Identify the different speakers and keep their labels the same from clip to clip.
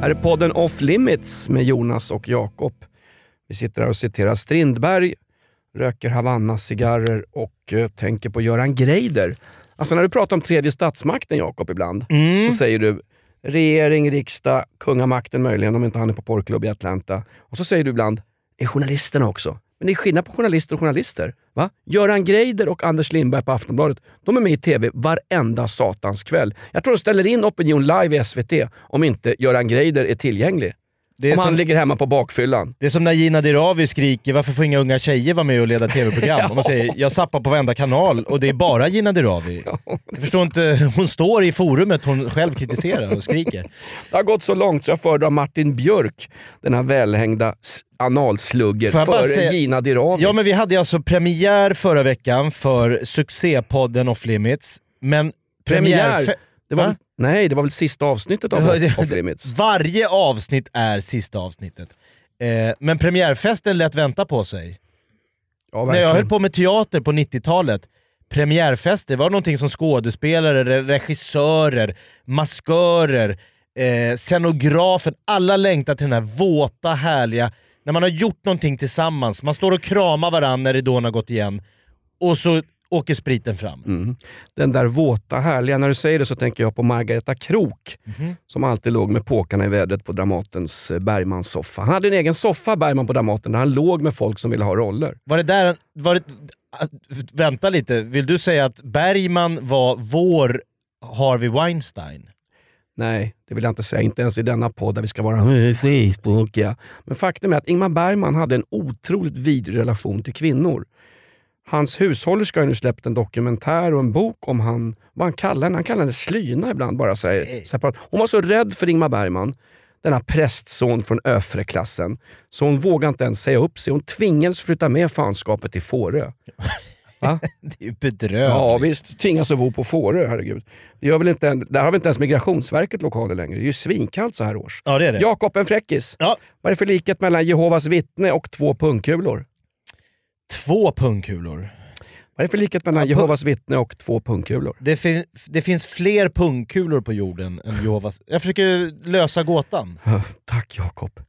Speaker 1: här är podden Off Limits med Jonas och Jakob. Vi sitter här och citerar Strindberg, röker Havanna-cigarrer och eh, tänker på Göran Greider. Alltså när du pratar om tredje statsmakten Jakob ibland,
Speaker 2: Mm.
Speaker 1: så säger du regering, riksdag, kungamakten möjligen om inte han är på porrklubb i Atlanta. Och så säger du ibland, är journalisterna också? Men det är skillnad på journalister och journalister. Va? Göran Greider och Anders Lindberg på Aftonbladet, de är med i TV varenda satans kväll. Jag tror de ställer in Opinion live i SVT om inte Göran Greider är tillgänglig.
Speaker 2: Det är,
Speaker 1: om
Speaker 2: som,
Speaker 1: han ligger hemma på bakfyllan.
Speaker 2: det är som när Gina Dirawi skriker “Varför får inga unga tjejer vara med och leda tv-program?” Och man säger “Jag zappar på varenda kanal och det är bara Gina Dirawi”. Jag förstår inte, hon står i forumet hon själv kritiserar och skriker.
Speaker 1: Det har gått så långt så jag föredrar Martin Björk, den här välhängda s- analslugger,
Speaker 2: Får jag bara
Speaker 1: före
Speaker 2: säga-
Speaker 1: Gina Dirawi.
Speaker 2: Ja men vi hade ju alltså premiär förra veckan för succépodden Off Limits, men
Speaker 1: Premiär?
Speaker 2: fe-
Speaker 1: det var
Speaker 2: Va?
Speaker 1: väl, nej, det var väl sista avsnittet av
Speaker 2: Det
Speaker 1: Off-
Speaker 2: var-
Speaker 1: Off Limits.
Speaker 2: Varje avsnitt är sista avsnittet. Eh, men premiärfesten lät vänta på sig.
Speaker 1: Ja,
Speaker 2: När jag
Speaker 1: verkligen.
Speaker 2: höll på med teater på 90-talet, premiärfester var någonting som skådespelare, re- regissörer, maskörer, eh, scenografen, alla längtar till den här våta, härliga, när man har gjort någonting tillsammans, man står och kramar varandra när ridån har gått igen och så åker spriten fram.
Speaker 1: Den där våta, härliga. När du säger det så tänker jag på Margareta Krok
Speaker 2: Mhm.
Speaker 1: som alltid låg med påkarna i vädret på Dramatens eh, Bergmans soffa. Han hade en egen soffa, Bergman, på Dramaten där han låg med folk som ville ha roller.
Speaker 2: Var det där... Var det, att- vänta lite, vill du säga att Bergman var vår Harvey Weinstein?
Speaker 1: Nej, det vill jag inte säga. Inte ens i denna podd där vi ska vara Facebookiga. Men faktum är att Ingmar Bergman hade en otroligt vidrig relation till kvinnor. Hans hushållerska har ju nu släppt en dokumentär och en bok om han, vad han kallar henne. Han kallar henne slyna ibland bara. Så här, separat. Hon var så rädd för Ingmar Bergman, denna prästson från Öfreklassen, så hon vågade inte ens säga upp sig. Hon tvingades flytta med fanskapet till Fårö. Va?
Speaker 2: Det är ju bedrövligt.
Speaker 1: Ja visst, tvingas att bo på Fårö, herregud. Det gör väl inte, en- där har väl inte ens Migrationsverket lokaler längre. Det är ju svinkallt så här års.
Speaker 2: Ja, det är det.
Speaker 1: Jakob, en fräckis.
Speaker 2: Ja,
Speaker 1: Vad är det för likhet mellan Jehovas vittne och två pungkulor?
Speaker 2: två pungkulor.
Speaker 1: Vad är det för likhet mellan Jehovas vittne och två pungkulor?
Speaker 2: Det, fin- det finns fler pungkulor på jorden än Jehovas... Jag försöker lösa gåtan.
Speaker 1: Tack Jakob. Vad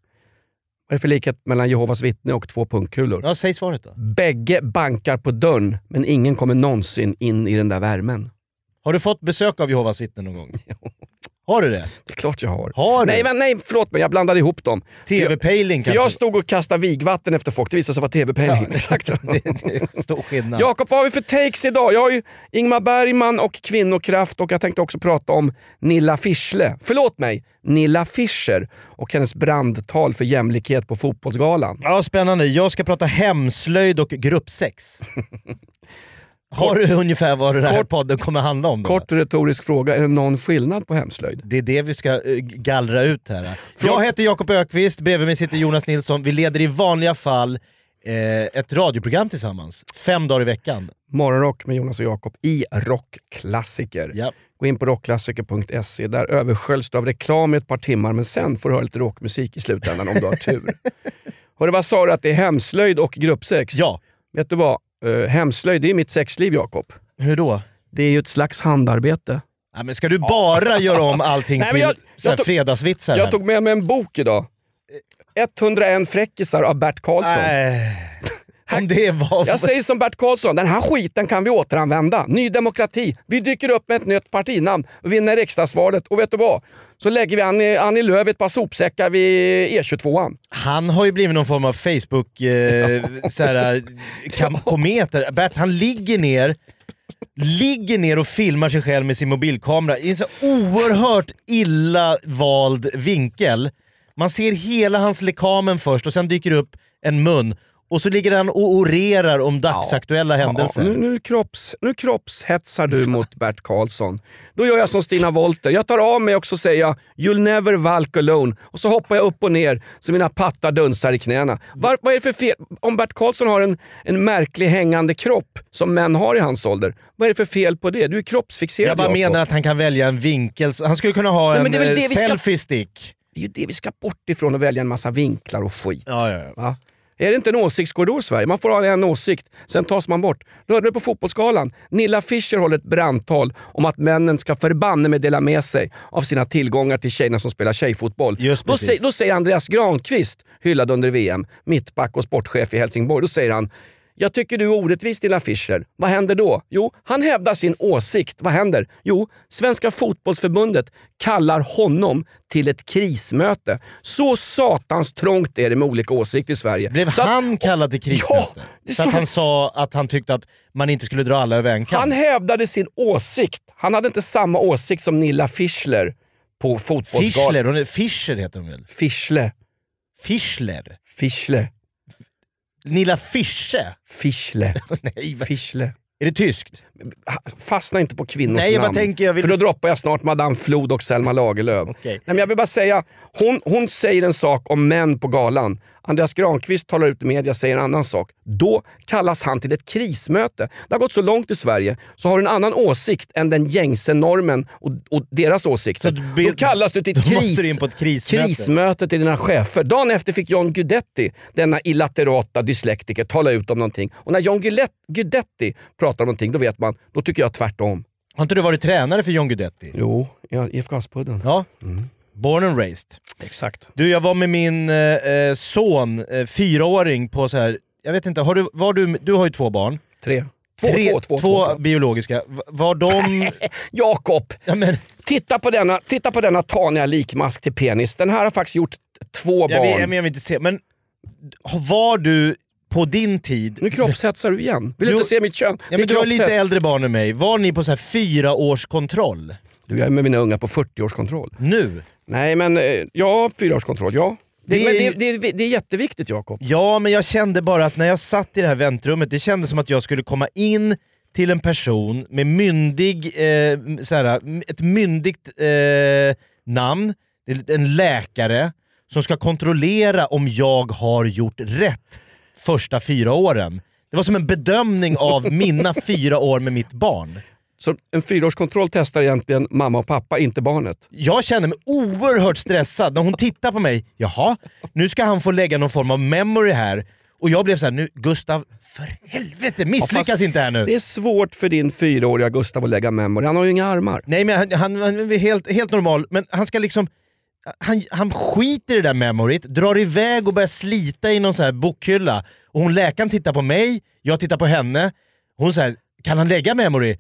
Speaker 1: är det för likhet mellan Jehovas vittne och två pungkulor?
Speaker 2: Ja, säg svaret då.
Speaker 1: Bägge bankar på dörren, men ingen kommer någonsin in i den där värmen.
Speaker 2: Har du fått besök av Jehovas vittnen någon gång? Har du det?
Speaker 1: Det är klart jag har.
Speaker 2: Har du?
Speaker 1: Nej, men, nej, förlåt mig. Jag blandade ihop dem.
Speaker 2: TV-pejling
Speaker 1: För
Speaker 2: kanske?
Speaker 1: jag stod och kastade vigvatten efter folk. Det visade sig vara TV-pejling. Exakt.
Speaker 2: det, det är stor skillnad.
Speaker 1: Jakob, vad har vi för takes idag? Jag har ju Ingmar Bergman och kvinnokraft och jag tänkte också prata om Nilla Fischle. Förlåt mig, Nilla Fischer och hennes brandtal för jämlikhet på Fotbollsgalan.
Speaker 2: Ja, spännande. Jag ska prata hemslöjd och gruppsex. Har du ungefär vad den här
Speaker 1: Kort-
Speaker 2: podden kommer handla om? Då?
Speaker 1: Kort retorisk fråga, är det någon skillnad på hemslöjd?
Speaker 2: Det är det vi ska eh, gallra ut här. Jag heter Jakob Ökvist, bredvid mig sitter Jonas Nilsson. Vi leder i vanliga fall eh, ett radioprogram tillsammans, fem dagar i veckan.
Speaker 1: Morgonrock med Jonas och Jakob i rockklassiker.
Speaker 2: Ja.
Speaker 1: Gå in på rockklassiker.se. Där översköljs du av reklam i ett par timmar men sen får du höra lite rockmusik i slutändan om du har tur. Hörru, vad sa du att det är hemslöjd och gruppsex?
Speaker 2: ja,
Speaker 1: Vet du vad? Uh, hemslöjd, det är mitt sexliv Jakob.
Speaker 2: hur då?
Speaker 1: Det är ju ett slags handarbete.
Speaker 2: Ja, men ska du bara göra om allting
Speaker 1: Nej, men
Speaker 2: till
Speaker 1: jag-
Speaker 2: så här,
Speaker 1: jag tog-
Speaker 2: fredagsvitsar? här?
Speaker 1: Jag tog med mig en bok idag. 101 fräckisar av Bert Karlsson.
Speaker 2: Nej. Om det var...
Speaker 1: Jag säger som Bert Karlsson, den här skiten kan vi återanvända. Ny demokrati, vi dyker upp med ett nytt partinamn och vinner riksdagsvalet. Och vet du vad? Så lägger vi Annie, Annie Lööf i ett par sopsäckar vid E E22an.
Speaker 2: Han har ju blivit någon form av Facebook eh, så här, kam- kometer. Bert, han ligger ner ligger ner och filmar sig själv med sin mobilkamera i en så oerhört illa vald vinkel. Man ser hela hans lekamen först och sen dyker upp en mun. Och så ligger han och orerar om dagsaktuella händelser.
Speaker 1: nu, nu, kropps, nu kroppshetsar du mot Bert Karlsson. Då gör jag som Stina Wollter. Jag tar av mig och så säger jag “You'll never walk alone” och så hoppar jag upp och ner så mina pattar dunsar i knäna. Var, vad är det för fel? Om Bert Karlsson har en, en märklig hängande kropp som män har i hans ålder, vad är det för fel på det? Du är kroppsfixerad
Speaker 2: Jag bara
Speaker 1: Jakob.
Speaker 2: menar att han kan välja en vinkel. Han skulle kunna ha
Speaker 1: Nej, men
Speaker 2: en
Speaker 1: det är väl
Speaker 2: eh,
Speaker 1: det vi ska-
Speaker 2: selfie stick.
Speaker 1: Det är ju det vi ska bort ifrån och välja en massa vinklar och skit.
Speaker 2: Ja, ja, ja.
Speaker 1: Va? Är det inte en åsiktskorridor i Sverige? Man får ha en åsikt, sen tas man bort. Du hörde det på Fotbollsgalan. Nilla Fischer håller ett brandtal om att männen ska förbanne med dela med sig av sina tillgångar till tjejerna som spelar tjejfotboll.
Speaker 2: Just
Speaker 1: då,
Speaker 2: precis.
Speaker 1: sä- då säger Andreas Granqvist, hyllad under VM, mittback och sportchef i Helsingborg, då säger han jag tycker du är orättvis Nilla Fischer. Vad händer då? Jo, han hävdar sin åsikt. Vad händer? Jo, Svenska fotbollsförbundet kallar honom till ett krismöte. Så satans trångt är det med olika åsikter i Sverige.
Speaker 2: Blev
Speaker 1: Så att-
Speaker 2: han kallad till krismöte?
Speaker 1: Ja, det
Speaker 2: så att
Speaker 1: står-
Speaker 2: han sa att han tyckte att man inte skulle dra alla över en kam?
Speaker 1: Han hävdade sin åsikt. Han hade inte samma åsikt som Nilla Fischler på fotbollsgalan.
Speaker 2: Fischler, hon är, Fischer heter hon väl?
Speaker 1: Fischle.
Speaker 2: Fischler?
Speaker 1: Fischle.
Speaker 2: Nilla Fische?
Speaker 1: Fischle.
Speaker 2: Nej, vad-
Speaker 1: Fischle.
Speaker 2: är det tyskt?
Speaker 1: Ha- Fastna inte på kvinnors
Speaker 2: Nej, jag bara
Speaker 1: namn.
Speaker 2: tänker, jag vill-
Speaker 1: För då droppar jag snart Madame Flod och Selma Lagerlöf.
Speaker 2: Okej.
Speaker 1: Nej, men jag vill bara säga, hon, hon säger en sak om män på galan. Andreas Granqvist talar ut i media och säger en annan sak. Då kallas han till ett krismöte. Det har gått så långt i Sverige, så har du en annan åsikt än den gängse normen och, och deras åsikter.
Speaker 2: Så du be-
Speaker 1: då kallas du till ett
Speaker 2: då
Speaker 1: kris,
Speaker 2: måste du in på ett krismöte.
Speaker 1: krismöte till dina chefer. Dagen efter fick John Guidetti, denna illaterata dyslektiker, tala ut om någonting. Och när John Guilet- Guidetti pratar om någonting, då vet man, då tycker jag tvärtom.
Speaker 2: Har inte du varit tränare för John Guidetti?
Speaker 1: Jo, IFK Aspudden.
Speaker 2: Ja. Born and raised.
Speaker 1: Exakt.
Speaker 2: Du, jag var med min eh, eh, son, eh, fyraåring, på så här. jag vet inte, har du, var du, du har ju två barn.
Speaker 1: Tre. Två, två, två, två, två.
Speaker 2: biologiska. V- Var de...
Speaker 1: Jakob,
Speaker 2: ja, men,
Speaker 1: titta på denna, titta på denna taniga likmask till penis. Den här har faktiskt gjort t- två
Speaker 2: jag,
Speaker 1: barn.
Speaker 2: vill, jag vill inte se, men var du på din tid...
Speaker 1: Nu kroppshetsar du igen. Vill du
Speaker 2: Jo.
Speaker 1: inte se mitt kön?
Speaker 2: Ja,
Speaker 1: Det är
Speaker 2: men du har lite
Speaker 1: kroppshets.
Speaker 2: äldre barn än mig. Var ni på så här fyra års kontroll
Speaker 1: Du, jag är med mina unga på 40-årskontroll.
Speaker 2: nu?
Speaker 1: Nej men, eh, ja, fyraårskontroll, ja. Det,
Speaker 2: Det
Speaker 1: men
Speaker 2: är-
Speaker 1: det, det, är- det är jätteviktigt Jakob.
Speaker 2: Ja, men jag kände bara att när jag satt i det här väntrummet, det kändes som att jag skulle komma in till en person med myndig, eh, så här, ett myndigt eh, namn, Det är en läkare, som ska kontrollera om jag har gjort rätt första fyra åren. Det var som en bedömning av mina fyra år med mitt barn.
Speaker 1: Så en fyraårskontroll testar egentligen mamma och pappa, inte barnet.
Speaker 2: Jag känner mig oerhört stressad när hon tittar på mig. Jaha, nu ska han få lägga någon form av memory här. Och jag blev så här, nu Gustav, för helvete, misslyckas
Speaker 1: Ja, fast-
Speaker 2: inte här nu.
Speaker 1: Det är svårt för din fyraåriga Gustav att lägga memory. Han har ju inga armar.
Speaker 2: Nej men han, han, han är helt, helt normal, men han ska liksom... Han, han skiter i det där memoryt, drar iväg och börjar slita i någon så här bokhylla. Och hon läkaren tittar på mig, jag tittar på henne. Hon säger, kan han lägga memory?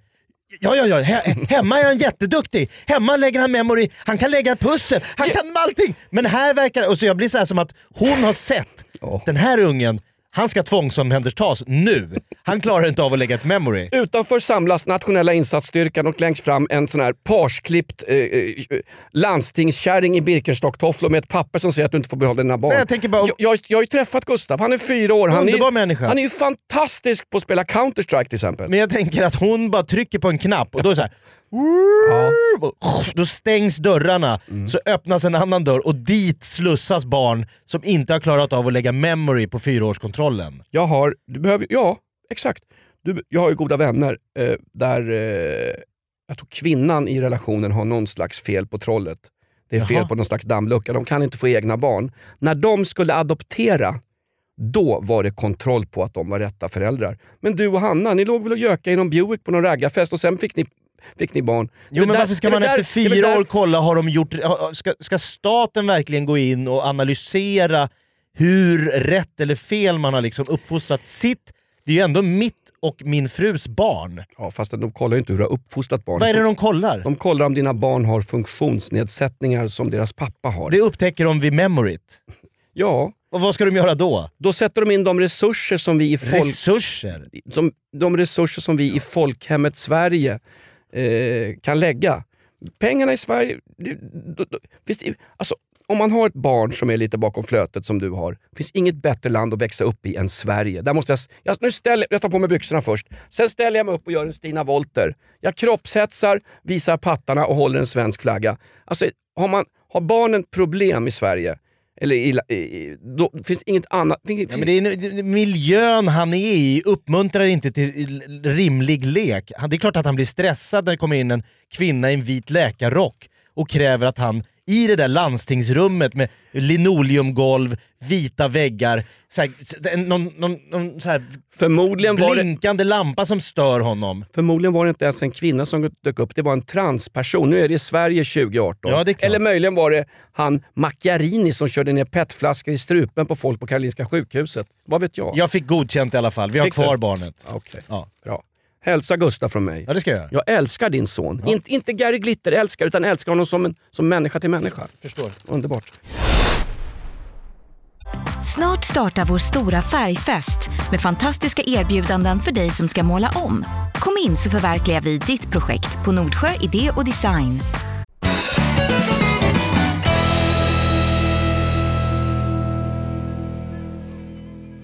Speaker 2: Ja, ja, ja. He- hemma är han jätteduktig. Hemma lägger han memory, han kan lägga pussel, han kan allting. Men här verkar Och så jag blir så här som att hon har sett,
Speaker 1: Ja.
Speaker 2: den här ungen, han ska tvångsomhändertas nu. Han klarar inte av att lägga ett memory.
Speaker 1: Utanför samlas nationella insatsstyrkan och längst fram en sån här parsklippt eh, eh, landstingskärring i Birkenstock-tofflor med ett papper som säger att du inte får behålla dina barn.
Speaker 2: Nej, jag tänker bara-
Speaker 1: jag, jag, jag har ju träffat Gustav, han är fyra år. Han
Speaker 2: Underbar
Speaker 1: är,
Speaker 2: människa.
Speaker 1: Han är ju fantastisk på att spela Counter-Strike till exempel.
Speaker 2: Men jag tänker att hon bara trycker på en knapp och då är det så här. Och Då stängs dörrarna,
Speaker 1: Mm.
Speaker 2: så öppnas en annan dörr och dit slussas barn som inte har klarat av att lägga memory på fyraårskontrollen.
Speaker 1: Jag har, du behöver, ja exakt. Du, jag har ju goda vänner eh, där eh, jag tror kvinnan i relationen har någon slags fel på trollet. Det är fel
Speaker 2: Jaha.
Speaker 1: på någon slags dammlucka, de kan inte få egna barn. När de skulle adoptera, då var det kontroll på att de var rätta föräldrar. Men du och Hanna, ni låg väl och göka i någon Buick på någon raggarfest och sen fick ni, fick ni barn.
Speaker 2: Jo men
Speaker 1: där-
Speaker 2: varför ska
Speaker 1: är det
Speaker 2: man
Speaker 1: där-
Speaker 2: efter
Speaker 1: är det
Speaker 2: fyra
Speaker 1: där-
Speaker 2: år kolla, har de gjort, ha- ska, ska staten verkligen gå in och analysera hur rätt eller fel man har liksom uppfostrat sitt, det är ju ändå mitt och min frus barn.
Speaker 1: Ja, fast de kollar ju inte hur du har uppfostrat barn.
Speaker 2: Vad är det de kollar?
Speaker 1: De kollar om dina barn har funktionsnedsättningar som deras pappa har.
Speaker 2: Det upptäcker de vid memoryt.
Speaker 1: Ja,
Speaker 2: Och vad ska de göra då?
Speaker 1: Då sätter de in de resurser som vi i, folk,
Speaker 2: Resurser?
Speaker 1: som, de resurser som vi i folkhemmet Sverige eh, kan lägga. Pengarna i Sverige... Du, du, du, visst, alltså, om man har ett barn som är lite bakom flötet som du har, finns inget bättre land att växa upp i än Sverige. Där måste jag, s- jag, nu ställer, jag tar på mig byxorna först, sen ställer jag mig upp och gör en Stina Wolter. Jag kroppshetsar, visar pattarna och håller en svensk flagga. Alltså, har, man, har barnen problem i Sverige, eller i, la- i, i, då finns det inget annat... Finns,
Speaker 2: Ja, men det är, nu- miljön han är i uppmuntrar inte till rimlig lek. Han- Det är klart att han blir stressad när det kommer in en kvinna i en vit läkarrock och kräver att han i det där landstingsrummet med linoleumgolv, vita väggar, så här, s- en- någon, någon, någon så här
Speaker 1: Förmodligen var, det,
Speaker 2: blinkande lampa som stör honom.
Speaker 1: förmodligen var det inte ens en kvinna som dök upp, det var en transperson. Nu är det i Sverige 2018.
Speaker 2: Ja, det är klart.
Speaker 1: Eller möjligen var det han Macchiarini som körde ner petflaskor i strupen på folk på Karolinska sjukhuset. Vad vet jag?
Speaker 2: Jag fick godkänt i alla fall, vi har
Speaker 1: Fick
Speaker 2: kvar
Speaker 1: du?
Speaker 2: barnet.
Speaker 1: Okej,
Speaker 2: Ja.
Speaker 1: bra. Hälsa Gustav från mig.
Speaker 2: ja, det ska jag göra.
Speaker 1: Jag älskar din son. Inte, inte Gary Glitter älskar, utan älskar honom som, en, som människa till människa.
Speaker 2: Förstår.
Speaker 1: Underbart.
Speaker 3: Snart startar vår stora färgfest med fantastiska erbjudanden för dig som ska måla om. Kom in så förverkligar vi ditt projekt på Nordsjö Idé och Design.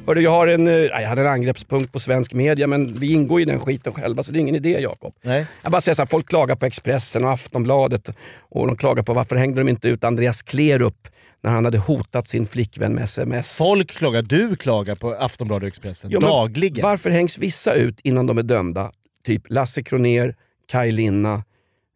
Speaker 1: Hörru, jag, har en, eh, jag hade en angreppspunkt på svensk media, men vi ingår i den skiten själva så det är ingen idé Jakob.
Speaker 2: Nej.
Speaker 1: Jag bara säger så här, folk klagar på Expressen och Aftonbladet och de klagar på varför hängde de inte ut Andreas Klerup när han hade hotat sin flickvän med sms.
Speaker 2: Folk klagar, du klagar på Aftonbladet och Expressen
Speaker 1: Jo, men
Speaker 2: dagligen.
Speaker 1: Varför hängs vissa ut innan de är dömda? Typ Lasse Kroner, Kaj Linna,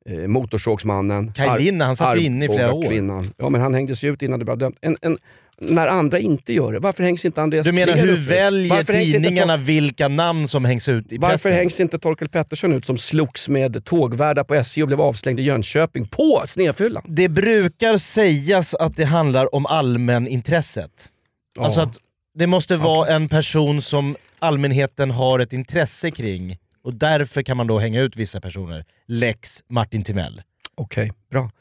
Speaker 1: eh, Motorsågsmannen.
Speaker 2: Kaj Linna, han satt ju inne i flera år.
Speaker 1: Kvinnan. Ja, men han hängdes ju ut innan det blev dömt. En, en, när andra inte gör det, varför hängs inte Andreas
Speaker 2: Du menar
Speaker 1: Klerup
Speaker 2: hur
Speaker 1: ut?
Speaker 2: väljer
Speaker 1: Alltså, Varför hängs inte
Speaker 2: tidningarna vilka namn som hängs ut i
Speaker 1: Varför
Speaker 2: pressen?
Speaker 1: hängs inte Torkel Pettersson ut som slogs med tågvärdar på SJ och blev avslängd i Jönköping på snedfyllan?
Speaker 2: Det brukar sägas att det handlar om allmänintresset.
Speaker 1: Ja.
Speaker 2: Alltså att det måste vara en person som allmänheten har ett intresse kring och därför kan man då hänga ut vissa personer. Lex Martin Timell.
Speaker 1: Okej, bra.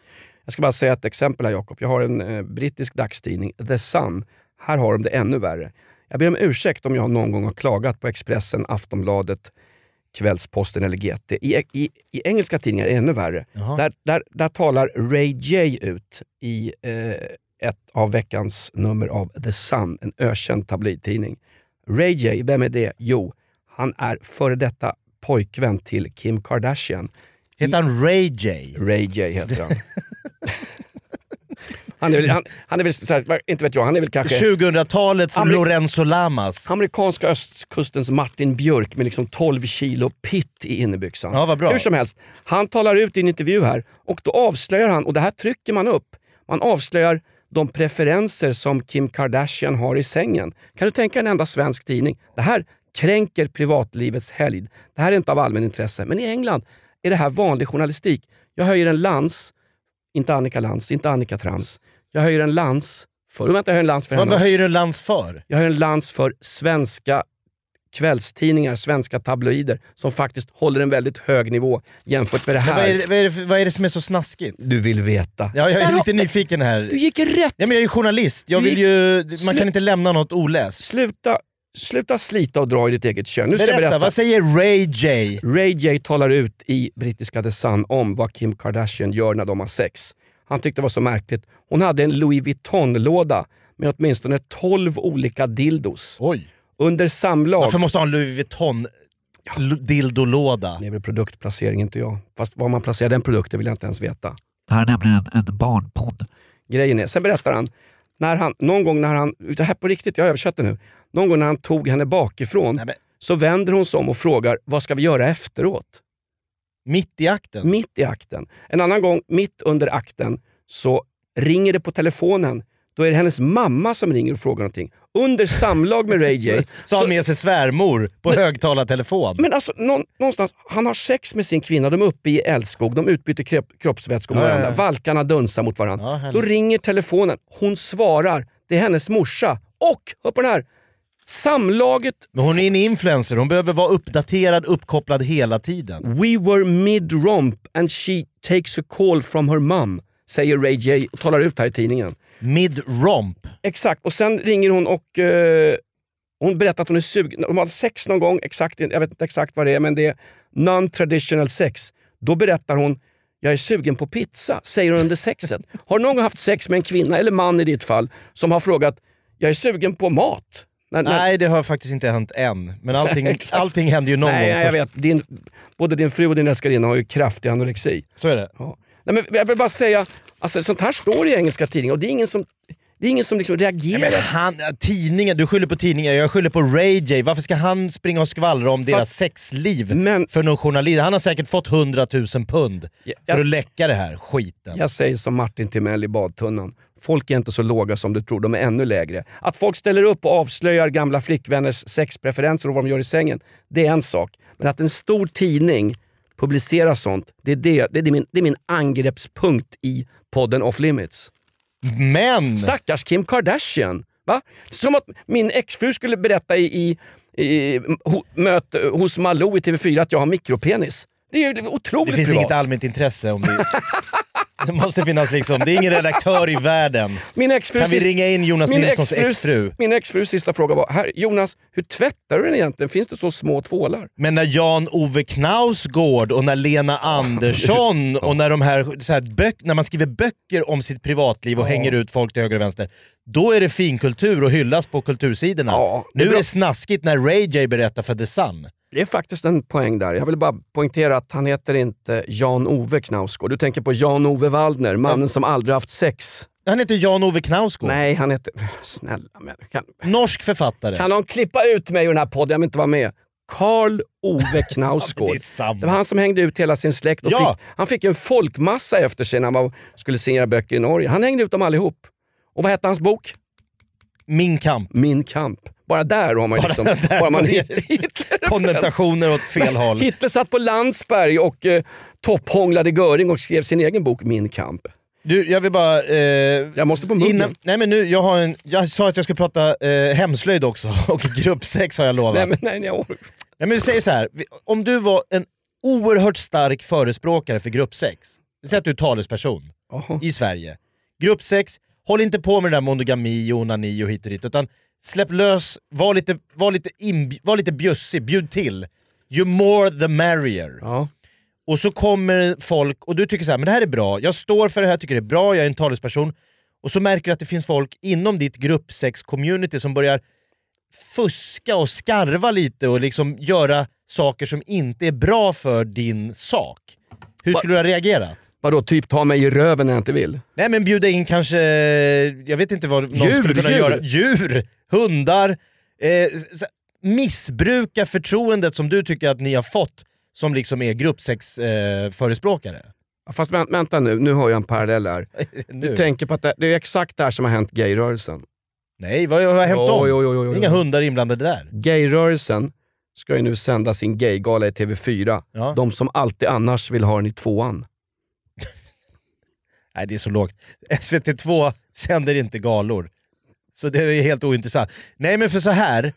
Speaker 1: Jag ska bara säga ett exempel här Jakob. Jag har en eh, brittisk dagstidning, The Sun. Här har de det ännu värre. Jag ber om ursäkt om jag någon gång har klagat på Expressen, Aftonbladet, Kvällsposten eller GT. I, i, i engelska tidningar är det ännu värre.
Speaker 2: Jaha.
Speaker 1: Där, där, där talar Ray J ut i eh, ett av veckans nummer av The Sun, en ökänd tabloidtidning. Ray J, vem är det? Jo, han är före detta pojkvän till Kim Kardashian.
Speaker 2: Heter han Ray J?
Speaker 1: Ray J heter han. han, är väl, han, han är väl, så här, inte vet jag, han är väl kanske
Speaker 2: 2000-talets
Speaker 1: Ameri-
Speaker 2: Lorenzo Lamas.
Speaker 1: amerikanska östkustens Martin Björk med liksom 12 kilo pitt i innebyxan.
Speaker 2: Ja, vad bra.
Speaker 1: Hur som helst, han talar ut i en intervju här och då avslöjar han, och det här trycker man upp, man avslöjar de preferenser som Kim Kardashian har i sängen. Kan du tänka en enda svensk tidning? Det här kränker privatlivets helgd. Det här är inte av allmänintresse. Men i England är det här vanlig journalistik. Jag höjer en lans inte Annika Lantz, inte Annika Trams. Jag höjer en lans för, vänta, jag höjer en lans för
Speaker 2: Vad
Speaker 1: henne
Speaker 2: vad
Speaker 1: också.
Speaker 2: höjer du lans för?
Speaker 1: Jag höjer en lans för svenska kvällstidningar, svenska tabloider som faktiskt håller en väldigt hög nivå jämfört med det
Speaker 2: Vad är,
Speaker 1: här.
Speaker 2: det- vad, är det, för- vad är det som är så snaskigt?
Speaker 1: Du vill veta.
Speaker 2: Ja, jag
Speaker 1: Där
Speaker 2: är
Speaker 1: har-
Speaker 2: lite nyfiken här.
Speaker 1: Du gick rätt!
Speaker 2: Ja, men jag är ju journalist, jag
Speaker 1: Du
Speaker 2: vill
Speaker 1: gick-
Speaker 2: ju, man
Speaker 1: Slu-
Speaker 2: kan inte lämna något oläst.
Speaker 1: Sluta, sluta slita och dra i ditt eget kön. Nu ska
Speaker 2: Berätta,
Speaker 1: jag berätta.
Speaker 2: vad säger Ray J?
Speaker 1: Ray J talar ut i brittiska The Sun om vad Kim Kardashian gör när de har sex. Han tyckte det var så märkligt. Hon hade en Louis Vuitton-låda med åtminstone 12 olika dildos.
Speaker 2: Oj.
Speaker 1: Under samlag...
Speaker 2: Varför måste han ha en Louis Vuitton l- dildolåda?
Speaker 1: Det är väl produktplacering, inte jag. Fast var man placerar den produkten vill jag inte ens veta.
Speaker 4: Det här är nämligen en, en barnpodd.
Speaker 1: Grejen är, sen berättar han, när han, någon gång när han, det här på riktigt, jag har översatt det nu. Någon gång när han tog henne bakifrån
Speaker 2: Nej, men-
Speaker 1: så vänder hon sig om och frågar, vad ska vi göra efteråt?
Speaker 2: Mitt i akten?
Speaker 1: Mitt i akten. En annan gång, mitt under akten, så ringer det på telefonen. Då är det hennes mamma som ringer och frågar någonting. Under samlag med Ray J. Mm.
Speaker 2: Så har han med sig svärmor på högtalartelefon.
Speaker 1: Men alltså någon, någonstans, han har sex med sin kvinna, de är uppe i älskog, de utbyter kropp, kroppsvätskor med
Speaker 2: Ja, ja,
Speaker 1: varandra,
Speaker 2: ja.
Speaker 1: valkarna dunsar mot varandra.
Speaker 2: Ja, härligt.
Speaker 1: Då ringer telefonen, hon svarar, det är hennes morsa och, hör på den här, samlaget
Speaker 2: Men hon är en influencer, hon behöver vara uppdaterad, uppkopplad hela tiden.
Speaker 1: “We were mid-romp and she takes a call from her mum” säger Ray J och talar ut här i tidningen.
Speaker 2: Mid-romp.
Speaker 1: Exakt, och sen ringer hon och eh, hon berättar att hon är sugen. De har sex någon gång, exakt, jag vet inte exakt vad det är, men det är non-traditional sex. Då berättar hon, jag är sugen på pizza, säger hon under sexet. Har du någon gång haft sex med en kvinna, eller man i ditt fall, som har frågat, jag är sugen på mat? När- när-
Speaker 2: Nej, det har faktiskt inte hänt än. Men allting,
Speaker 1: Exakt.
Speaker 2: allting händer ju någon
Speaker 1: nej,
Speaker 2: gång
Speaker 1: jag
Speaker 2: först.
Speaker 1: vet. Din, både din fru och din älskarinna har ju kraftig anorexi.
Speaker 2: Så är det.
Speaker 1: Ja. Nej, men jag vill bara säga, alltså, sånt här står i engelska tidningar och det är ingen som... Det är ingen som liksom reagerar.
Speaker 2: Men han, tidningen, du skyller på tidningen, jag skyller på Ray J. Varför ska han springa och skvallra om deras sexliv
Speaker 1: men-
Speaker 2: för någon journalist? Han har säkert fått 100 000 pund för
Speaker 1: jag-
Speaker 2: att läcka det här skiten.
Speaker 1: Jag säger som Martin Timell i badtunnan. Folk är inte så låga som du tror, de är ännu lägre. Att folk ställer upp och avslöjar gamla flickvänners sexpreferenser och vad de gör i sängen, det är en sak. Men att en stor tidning publicerar sånt, det är, det, det är, min, det är min angreppspunkt i podden Off Limits.
Speaker 2: Men!
Speaker 1: Stackars Kim Kardashian. Va? Som att min exfru skulle berätta i, i, i ho, möte hos Malou i TV4 att jag har mikropenis. Det är ju
Speaker 2: det
Speaker 1: otroligt
Speaker 2: finns
Speaker 1: privat.
Speaker 2: inget allmänt intresse om det. Det måste finnas liksom, det är ingen redaktör i världen.
Speaker 1: Min exfru
Speaker 2: Kan vi
Speaker 1: sist-
Speaker 2: ringa in Jonas Nilssons exfru?
Speaker 1: Min exfrus sista fråga var, Herr, Jonas, hur tvättar du den egentligen? Finns det så små tvålar?
Speaker 2: Men när Jan-Ove Knausgård och när Lena Andersson och när, de här, så här, böck, när man skriver böcker om sitt privatliv och hänger ut folk till höger och vänster, då är det finkultur och hyllas på kultursidorna.
Speaker 1: Ja, det är
Speaker 2: nu är
Speaker 1: bra.
Speaker 2: det snaskigt när Ray J berättar för The Sun.
Speaker 1: Det är faktiskt en poäng där. Jag vill bara poängtera att han heter inte Jan-Ove Knausgård. Du tänker på Jan-Ove Waldner, mannen som aldrig haft sex.
Speaker 2: Han heter Jan-Ove Knausgård.
Speaker 1: Nej, han heter... Snälla men kan,
Speaker 2: Norsk författare.
Speaker 1: kan någon klippa ut mig ur den här podden? Jag vill inte vara med. Karl Ove Knausgård.
Speaker 2: Det är samma.
Speaker 1: Det var han som hängde ut hela sin släkt. Och
Speaker 2: Ja.
Speaker 1: fick, han fick en folkmassa efter sig när han var, skulle signera böcker i Norge. Han hängde ut dem allihop. Och vad hette hans bok?
Speaker 2: Min kamp.
Speaker 1: Min kamp. Bara där har man ju liksom...
Speaker 2: där
Speaker 1: bara man
Speaker 2: börjar det.
Speaker 1: hit- Hitler-
Speaker 2: Konnotationer åt fel håll.
Speaker 1: Hitler satt på Landsberg och eh, topphånglade Göring och skrev sin egen bok Min kamp.
Speaker 2: Du, jag vill bara... Eh, jag
Speaker 1: måste på muggen.
Speaker 2: nej men nu, jag, har en, jag sa att jag skulle prata eh, hemslöjd också och gruppsex har jag lovat.
Speaker 1: Nej, men nej, nej, jag orkar.
Speaker 2: Nej, men vi säger så här. Vi- om du var en oerhört stark förespråkare för gruppsex, säg att du är talesperson
Speaker 1: Jaha.
Speaker 2: i Sverige. Gruppsex, håll inte på med det där monogami och onani och hit och dit, utan släpp lös, var lite, var lite, inb- var lite bjussig, bjud till. You more the merrier.
Speaker 1: Ja.
Speaker 2: Och så kommer folk och du tycker så här, men det här är bra, jag står för det här, tycker det är bra, jag är en talesperson. Och så märker du att det finns folk inom ditt gruppsex-community som börjar fuska och skarva lite och liksom göra saker som inte är bra för din sak. Hur skulle du ha reagerat?
Speaker 1: Vadå, typ ta mig i röven när jag inte vill?
Speaker 2: Nej men bjuda in kanske, jag vet inte vad någon
Speaker 1: Djur,
Speaker 2: skulle kunna
Speaker 1: djur.
Speaker 2: göra. Djur! Hundar! Eh, s- missbruka förtroendet som du tycker att ni har fått som liksom är gruppsex-förespråkare. Eh, förespråkare.
Speaker 1: Ja, Fast vänt, vänta nu, nu har jag en parallell här.
Speaker 2: Nu.
Speaker 1: Du tänker på att det, det är exakt det här som har hänt gayrörelsen.
Speaker 2: Nej, vad vad har hänt dem?
Speaker 1: Oj, oj, oj, oj, oj.
Speaker 2: Inga hundar inblandade där.
Speaker 1: Gayrörelsen ska ju nu sända sin gaygala i TV4.
Speaker 2: Ja.
Speaker 1: De som alltid annars vill ha den i tvåan.
Speaker 2: Nej, det är så lågt. SVT2 sänder inte galor. Så det är helt ointressant. Nej, men för så här.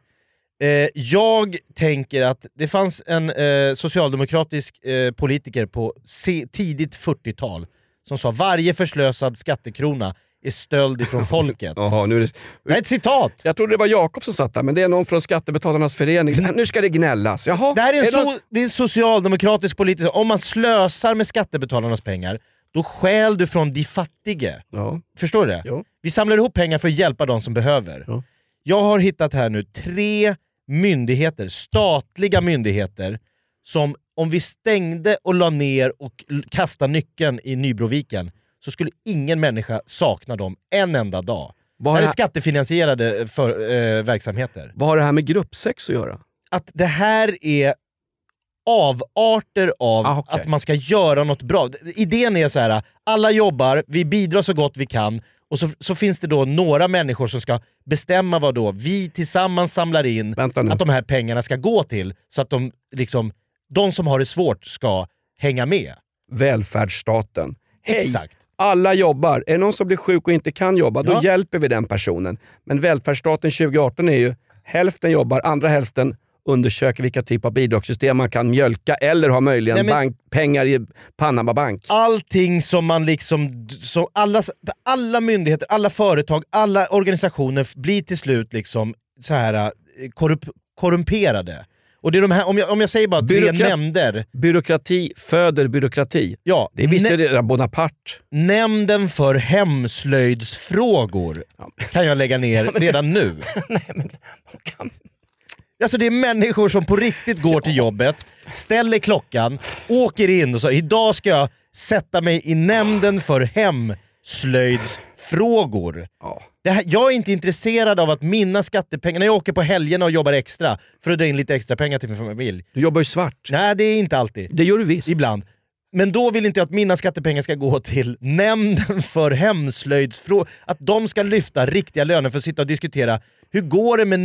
Speaker 2: Eh, jag tänker att det fanns en eh, socialdemokratisk eh, politiker på se- tidigt 40-tal som sa varje förslösad skattekrona är stöld ifrån folket. Det
Speaker 1: Jaha, nu är det...
Speaker 2: här är ett citat!
Speaker 1: Jag trodde det var Jakob som satt där, men det är någon från Skattebetalarnas förening. Nu ska det gnällas. Jaha,
Speaker 2: Det här är, en
Speaker 1: det
Speaker 2: so-
Speaker 1: någon-
Speaker 2: det är en socialdemokratisk politisk... Om man slösar med skattebetalarnas pengar, då stjäl du från de fattige.
Speaker 1: Ja.
Speaker 2: Förstår du det?
Speaker 1: Jo.
Speaker 2: Vi samlar ihop pengar för att hjälpa de som behöver.
Speaker 1: Ja.
Speaker 2: Jag har hittat här nu tre myndigheter, statliga myndigheter, som om vi stängde och la ner och l- kastade nyckeln i Nybroviken så skulle ingen människa sakna dem en enda dag.
Speaker 1: Vad
Speaker 2: det
Speaker 1: har
Speaker 2: här är
Speaker 1: det,
Speaker 2: skattefinansierade eh, för, eh, verksamheter.
Speaker 1: vad har det här med gruppsex att göra?
Speaker 2: Att det här är avarter av
Speaker 1: Ah, okej.
Speaker 2: att man ska göra något bra. Idén är så här, alla jobbar, vi bidrar så gott vi kan och så, så finns det då några människor som ska bestämma vad då vi tillsammans samlar in
Speaker 1: Vänta nu.
Speaker 2: att de här pengarna ska gå till så att de, liksom, de som har det svårt ska hänga med.
Speaker 1: Välfärdsstaten. Hej,
Speaker 2: Exakt.
Speaker 1: Alla jobbar. Är det någon som blir sjuk och inte kan jobba, då
Speaker 2: Ja.
Speaker 1: hjälper vi den personen. Men välfärdsstaten 2018 är ju hälften jobbar, andra hälften undersöker vilka typ av bidragssystem man kan mjölka eller har möjligen
Speaker 2: Nej, men-
Speaker 1: bank, pengar i Panama Bank.
Speaker 2: Allting som man liksom... Som alla, alla myndigheter, alla företag, alla organisationer f- blir till slut liksom så här eh, korrup, korrumperade. Och det är de här, om, jag, om jag säger bara tre
Speaker 1: Byråkrat-
Speaker 2: nämnder.
Speaker 1: Byråkrati föder byråkrati.
Speaker 2: Ja,
Speaker 1: Det visste
Speaker 2: nä-
Speaker 1: redan Bonaparte.
Speaker 2: Nämnden för hemslöjdsfrågor kan jag lägga ner redan nu. Alltså det är människor som på riktigt går till jobbet, ställer klockan, åker in och så idag ska jag sätta mig i nämnden för hem slöjdsfrågor.
Speaker 1: Ja.
Speaker 2: Det här, jag är inte intresserad av att mina skattepengar, när jag åker på helgerna och jobbar extra för att dra in lite extra pengar till min familj.
Speaker 1: Du jobbar ju svart.
Speaker 2: Nej, det är inte alltid.
Speaker 1: Det gör du visst.
Speaker 2: Ibland. Men då vill inte jag att mina skattepengar ska gå till nämnden för hemslöjdsfrågor. Att de ska lyfta riktiga löner för att sitta och diskutera hur går det med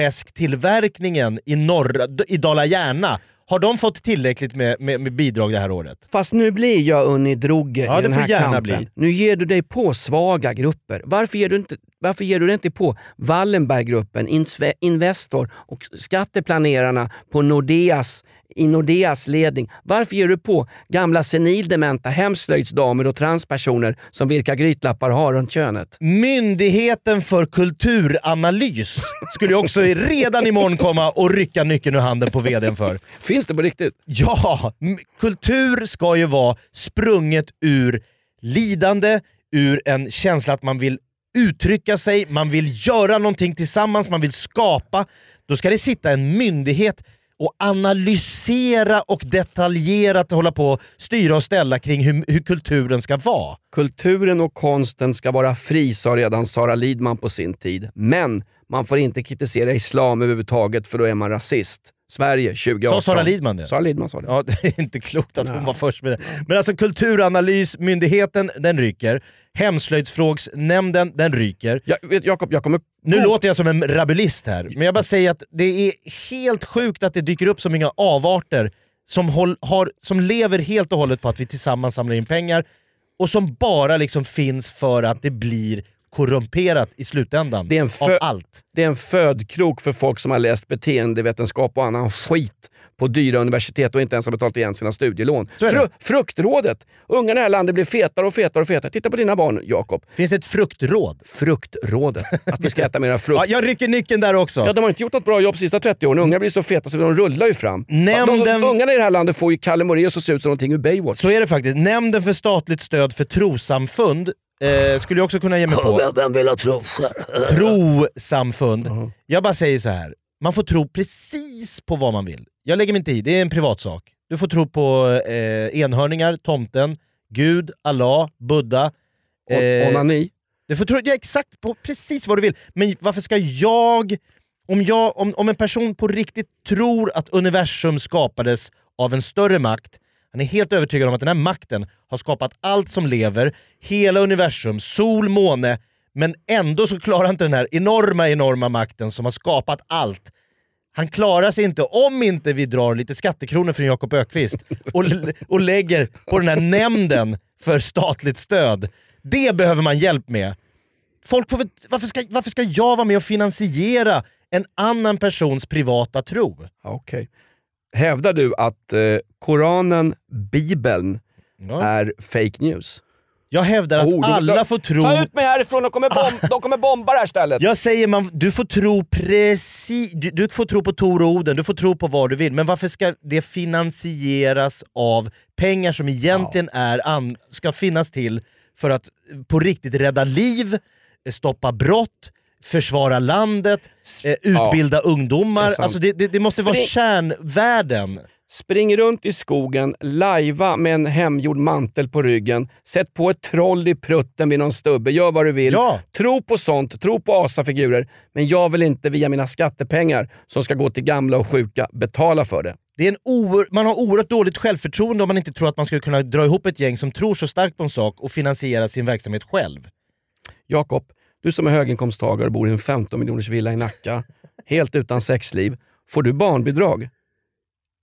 Speaker 2: näverväsktillverkningen i, norra, i Dala-Järna? Har de fått tillräckligt med, med, med bidrag det här året?
Speaker 1: Fast nu blir jag Unni Drougge
Speaker 2: Ja,
Speaker 1: i
Speaker 2: det
Speaker 1: den
Speaker 2: får
Speaker 1: här
Speaker 2: gärna
Speaker 1: kampen.
Speaker 2: bli.
Speaker 1: Nu ger du dig på svaga grupper. Varför ger du, inte, varför ger du dig inte på Wallenberggruppen, Insve- Investor och skatteplanerarna på Nordeas, i Nordeas ledning? Varför ger du på gamla senildementa hemslöjdsdamer och transpersoner som vilka grytlappar har runt könet?
Speaker 2: Myndigheten för kulturanalys skulle ju också redan imorgon komma och rycka nyckeln ur handen på vdn för.
Speaker 1: Finns det på riktigt?
Speaker 2: Ja, m- kultur ska ju vara sprunget ur lidande, ur en känsla att man vill uttrycka sig, man vill göra någonting tillsammans, man vill skapa. Då ska det sitta en myndighet och analysera och detaljerat hålla på och styra och ställa kring hur, hur kulturen ska vara.
Speaker 1: Kulturen och konsten ska vara fri, sa redan Sara Lidman på sin tid. Men man får inte kritisera islam överhuvudtaget för då är man rasist. Sverige 2018.
Speaker 2: Sa Sara Lidman det?
Speaker 1: Sara Lidman sa det.
Speaker 2: Ja, det är inte klokt att hon var först med det. Men alltså Kulturanalysmyndigheten, den ryker. Hemslöjdsfrågsnämnden, den ryker.
Speaker 1: Jag, vet, Jakob, jag kommer...
Speaker 2: Nu låter jag som en rabulist här, men jag bara säger att det är helt sjukt att det dyker upp så många avarter som, håll, har, som lever helt och hållet på att vi tillsammans samlar in pengar och som bara liksom finns för att det blir korrumperat i slutändan
Speaker 1: Det är en
Speaker 2: av
Speaker 1: fö-
Speaker 2: allt.
Speaker 1: Det är en födkrok för folk som har läst beteendevetenskap och annan skit på dyra universitet och inte ens har betalat igen sina studielån.
Speaker 2: Så är det.
Speaker 1: fruktrådet! Ungarna i det här landet blir fetare och fetare och fetare. Titta på dina barn, Jakob.
Speaker 2: Finns det ett fruktråd?
Speaker 1: Fruktrådet. Att vi ska äta mera frukt.
Speaker 2: Ja, jag rycker nyckeln där också.
Speaker 1: Ja, de har inte gjort något bra jobb de sista 30 åren. Ungarna blir så feta så de rullar ju fram.
Speaker 2: Nämnden-
Speaker 1: De, de, ungarna i det här landet får ju Kalle Moraeus att se ut som någonting ur Baywatch.
Speaker 2: Så är det faktiskt. Nämnden för statligt stöd för trossamfund eh, skulle jag också kunna ge mig på.
Speaker 1: Vem vill ha trosor?
Speaker 2: Trossamfund. Jag bara säger så här. man får tro precis på vad man vill. Jag lägger mig inte i, det är en privatsak. Du får tro på eh, enhörningar, tomten, Gud, Allah, Buddha. Eh,
Speaker 1: Onani.
Speaker 2: du får tro ja, exakt på precis vad du vill. Men varför ska jag... Om, jag om, om en person på riktigt tror att universum skapades av en större makt, han är helt övertygad om att den här makten har skapat allt som lever, hela universum, sol, måne, men ändå så klarar inte den här enorma, enorma makten som har skapat allt han klarar sig inte om inte vi drar lite skattekronor från Jakob Ökvist och, och lägger på den här nämnden för statligt stöd. Det behöver man hjälp med. Folk får väl, varför, ska, varför ska jag vara med och finansiera en annan persons privata tro?
Speaker 1: Ja, Okej. Hävdar du att eh, Koranen, Bibeln,
Speaker 2: Ja.
Speaker 1: är fake news?
Speaker 2: Jag hävdar att
Speaker 1: Äh. Oh, de-
Speaker 2: alla
Speaker 1: de-
Speaker 2: får tro...
Speaker 1: Ta ut mig härifrån, de kommer, bom- de kommer bomba det här stället.
Speaker 2: Jag säger man, du får tro precis... Du, du får tro på Tor och Oden, du får tro på vad du vill. Men varför ska det finansieras av pengar som egentligen är an, ska finnas till för att på riktigt rädda liv, stoppa brott, försvara landet, eh, utbilda ungdomar.
Speaker 1: det är sant.
Speaker 2: alltså det, det, det måste vara
Speaker 1: Spring-
Speaker 2: kärnvärden.
Speaker 1: Spring runt i skogen, lajva med en hemgjord mantel på ryggen, sätt på ett troll i prutten vid någon stubbe, gör vad du vill.
Speaker 2: Ja.
Speaker 1: Tro på sånt, tro på asafigurer, men jag vill inte via mina skattepengar som ska gå till gamla och sjuka betala för det.
Speaker 2: Det är en oer- man har oerhört dåligt självförtroende om man inte tror att man skulle kunna dra ihop ett gäng som tror så starkt på en sak och finansiera sin verksamhet själv.
Speaker 1: Jakob, du som är höginkomsttagare och bor i en 15 miljoners villa i Nacka, helt utan sexliv, får du barnbidrag?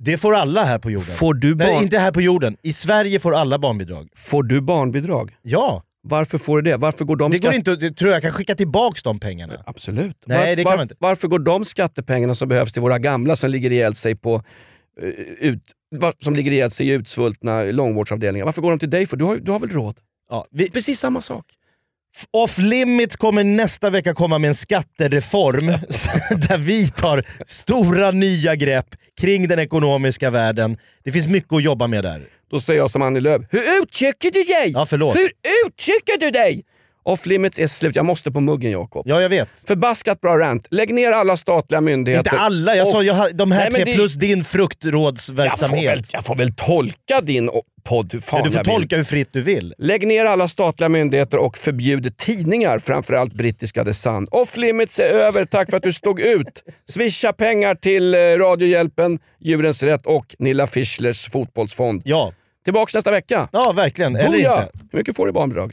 Speaker 2: Det får alla här på jorden.
Speaker 1: Får du,
Speaker 2: Nej,
Speaker 1: barn,
Speaker 2: inte här på jorden. I Sverige får alla barnbidrag.
Speaker 1: får du barnbidrag?
Speaker 2: Ja,
Speaker 1: Varför får du det? Varför går de
Speaker 2: det går
Speaker 1: skatte-
Speaker 2: inte att- det tror jag kan skicka tillbaka de pengarna.
Speaker 1: Absolut.
Speaker 2: Nej, det kan man inte.
Speaker 1: Varför går de skattepengarna som behövs till våra gamla som ligger ihjäl sig på eh, ut, va- som ligger ihjäl sig i utsvultna långvårdsavdelningar. Varför går de till dig? för? Du har, du har väl råd?
Speaker 2: Ja, vi,
Speaker 1: Precis samma sak.
Speaker 2: off limits kommer nästa vecka komma med en skattereform där vi tar stora nya grepp kring den ekonomiska världen. Det finns mycket att jobba med där.
Speaker 1: Då säger jag som Annie Lööf. Hur uttrycker du dig?
Speaker 2: Ja, förlåt.
Speaker 1: Hur uttrycker du dig? Off limits är slut. Jag måste på muggen Jakob.
Speaker 2: Ja, jag vet.
Speaker 1: Förbaskat bra rant. Lägg ner alla statliga myndigheter.
Speaker 2: Inte alla, jag
Speaker 1: Och-
Speaker 2: sa jag, har- de
Speaker 1: Nej,
Speaker 2: här
Speaker 1: men
Speaker 2: tre
Speaker 1: det-
Speaker 2: plus din
Speaker 1: jag får, väl,
Speaker 2: fruktrådsverksamhet.
Speaker 1: jag får väl tolka din o- podd hur fan
Speaker 2: du får
Speaker 1: jag vill.
Speaker 2: tolka hur fritt du vill.
Speaker 1: Lägg ner alla statliga myndigheter och förbjud tidningar, framförallt brittiska The Sun. Off limits är över, tack för att du stod ut. Swisha pengar till eh, Radiohjälpen, Djurens Rätt och Nilla Fischlers fotbollsfond.
Speaker 2: Ja,
Speaker 1: Tillbaks nästa vecka.
Speaker 2: ja verkligen. Eller
Speaker 1: Boja!
Speaker 2: inte.
Speaker 1: Hur mycket får du i barnbidrag?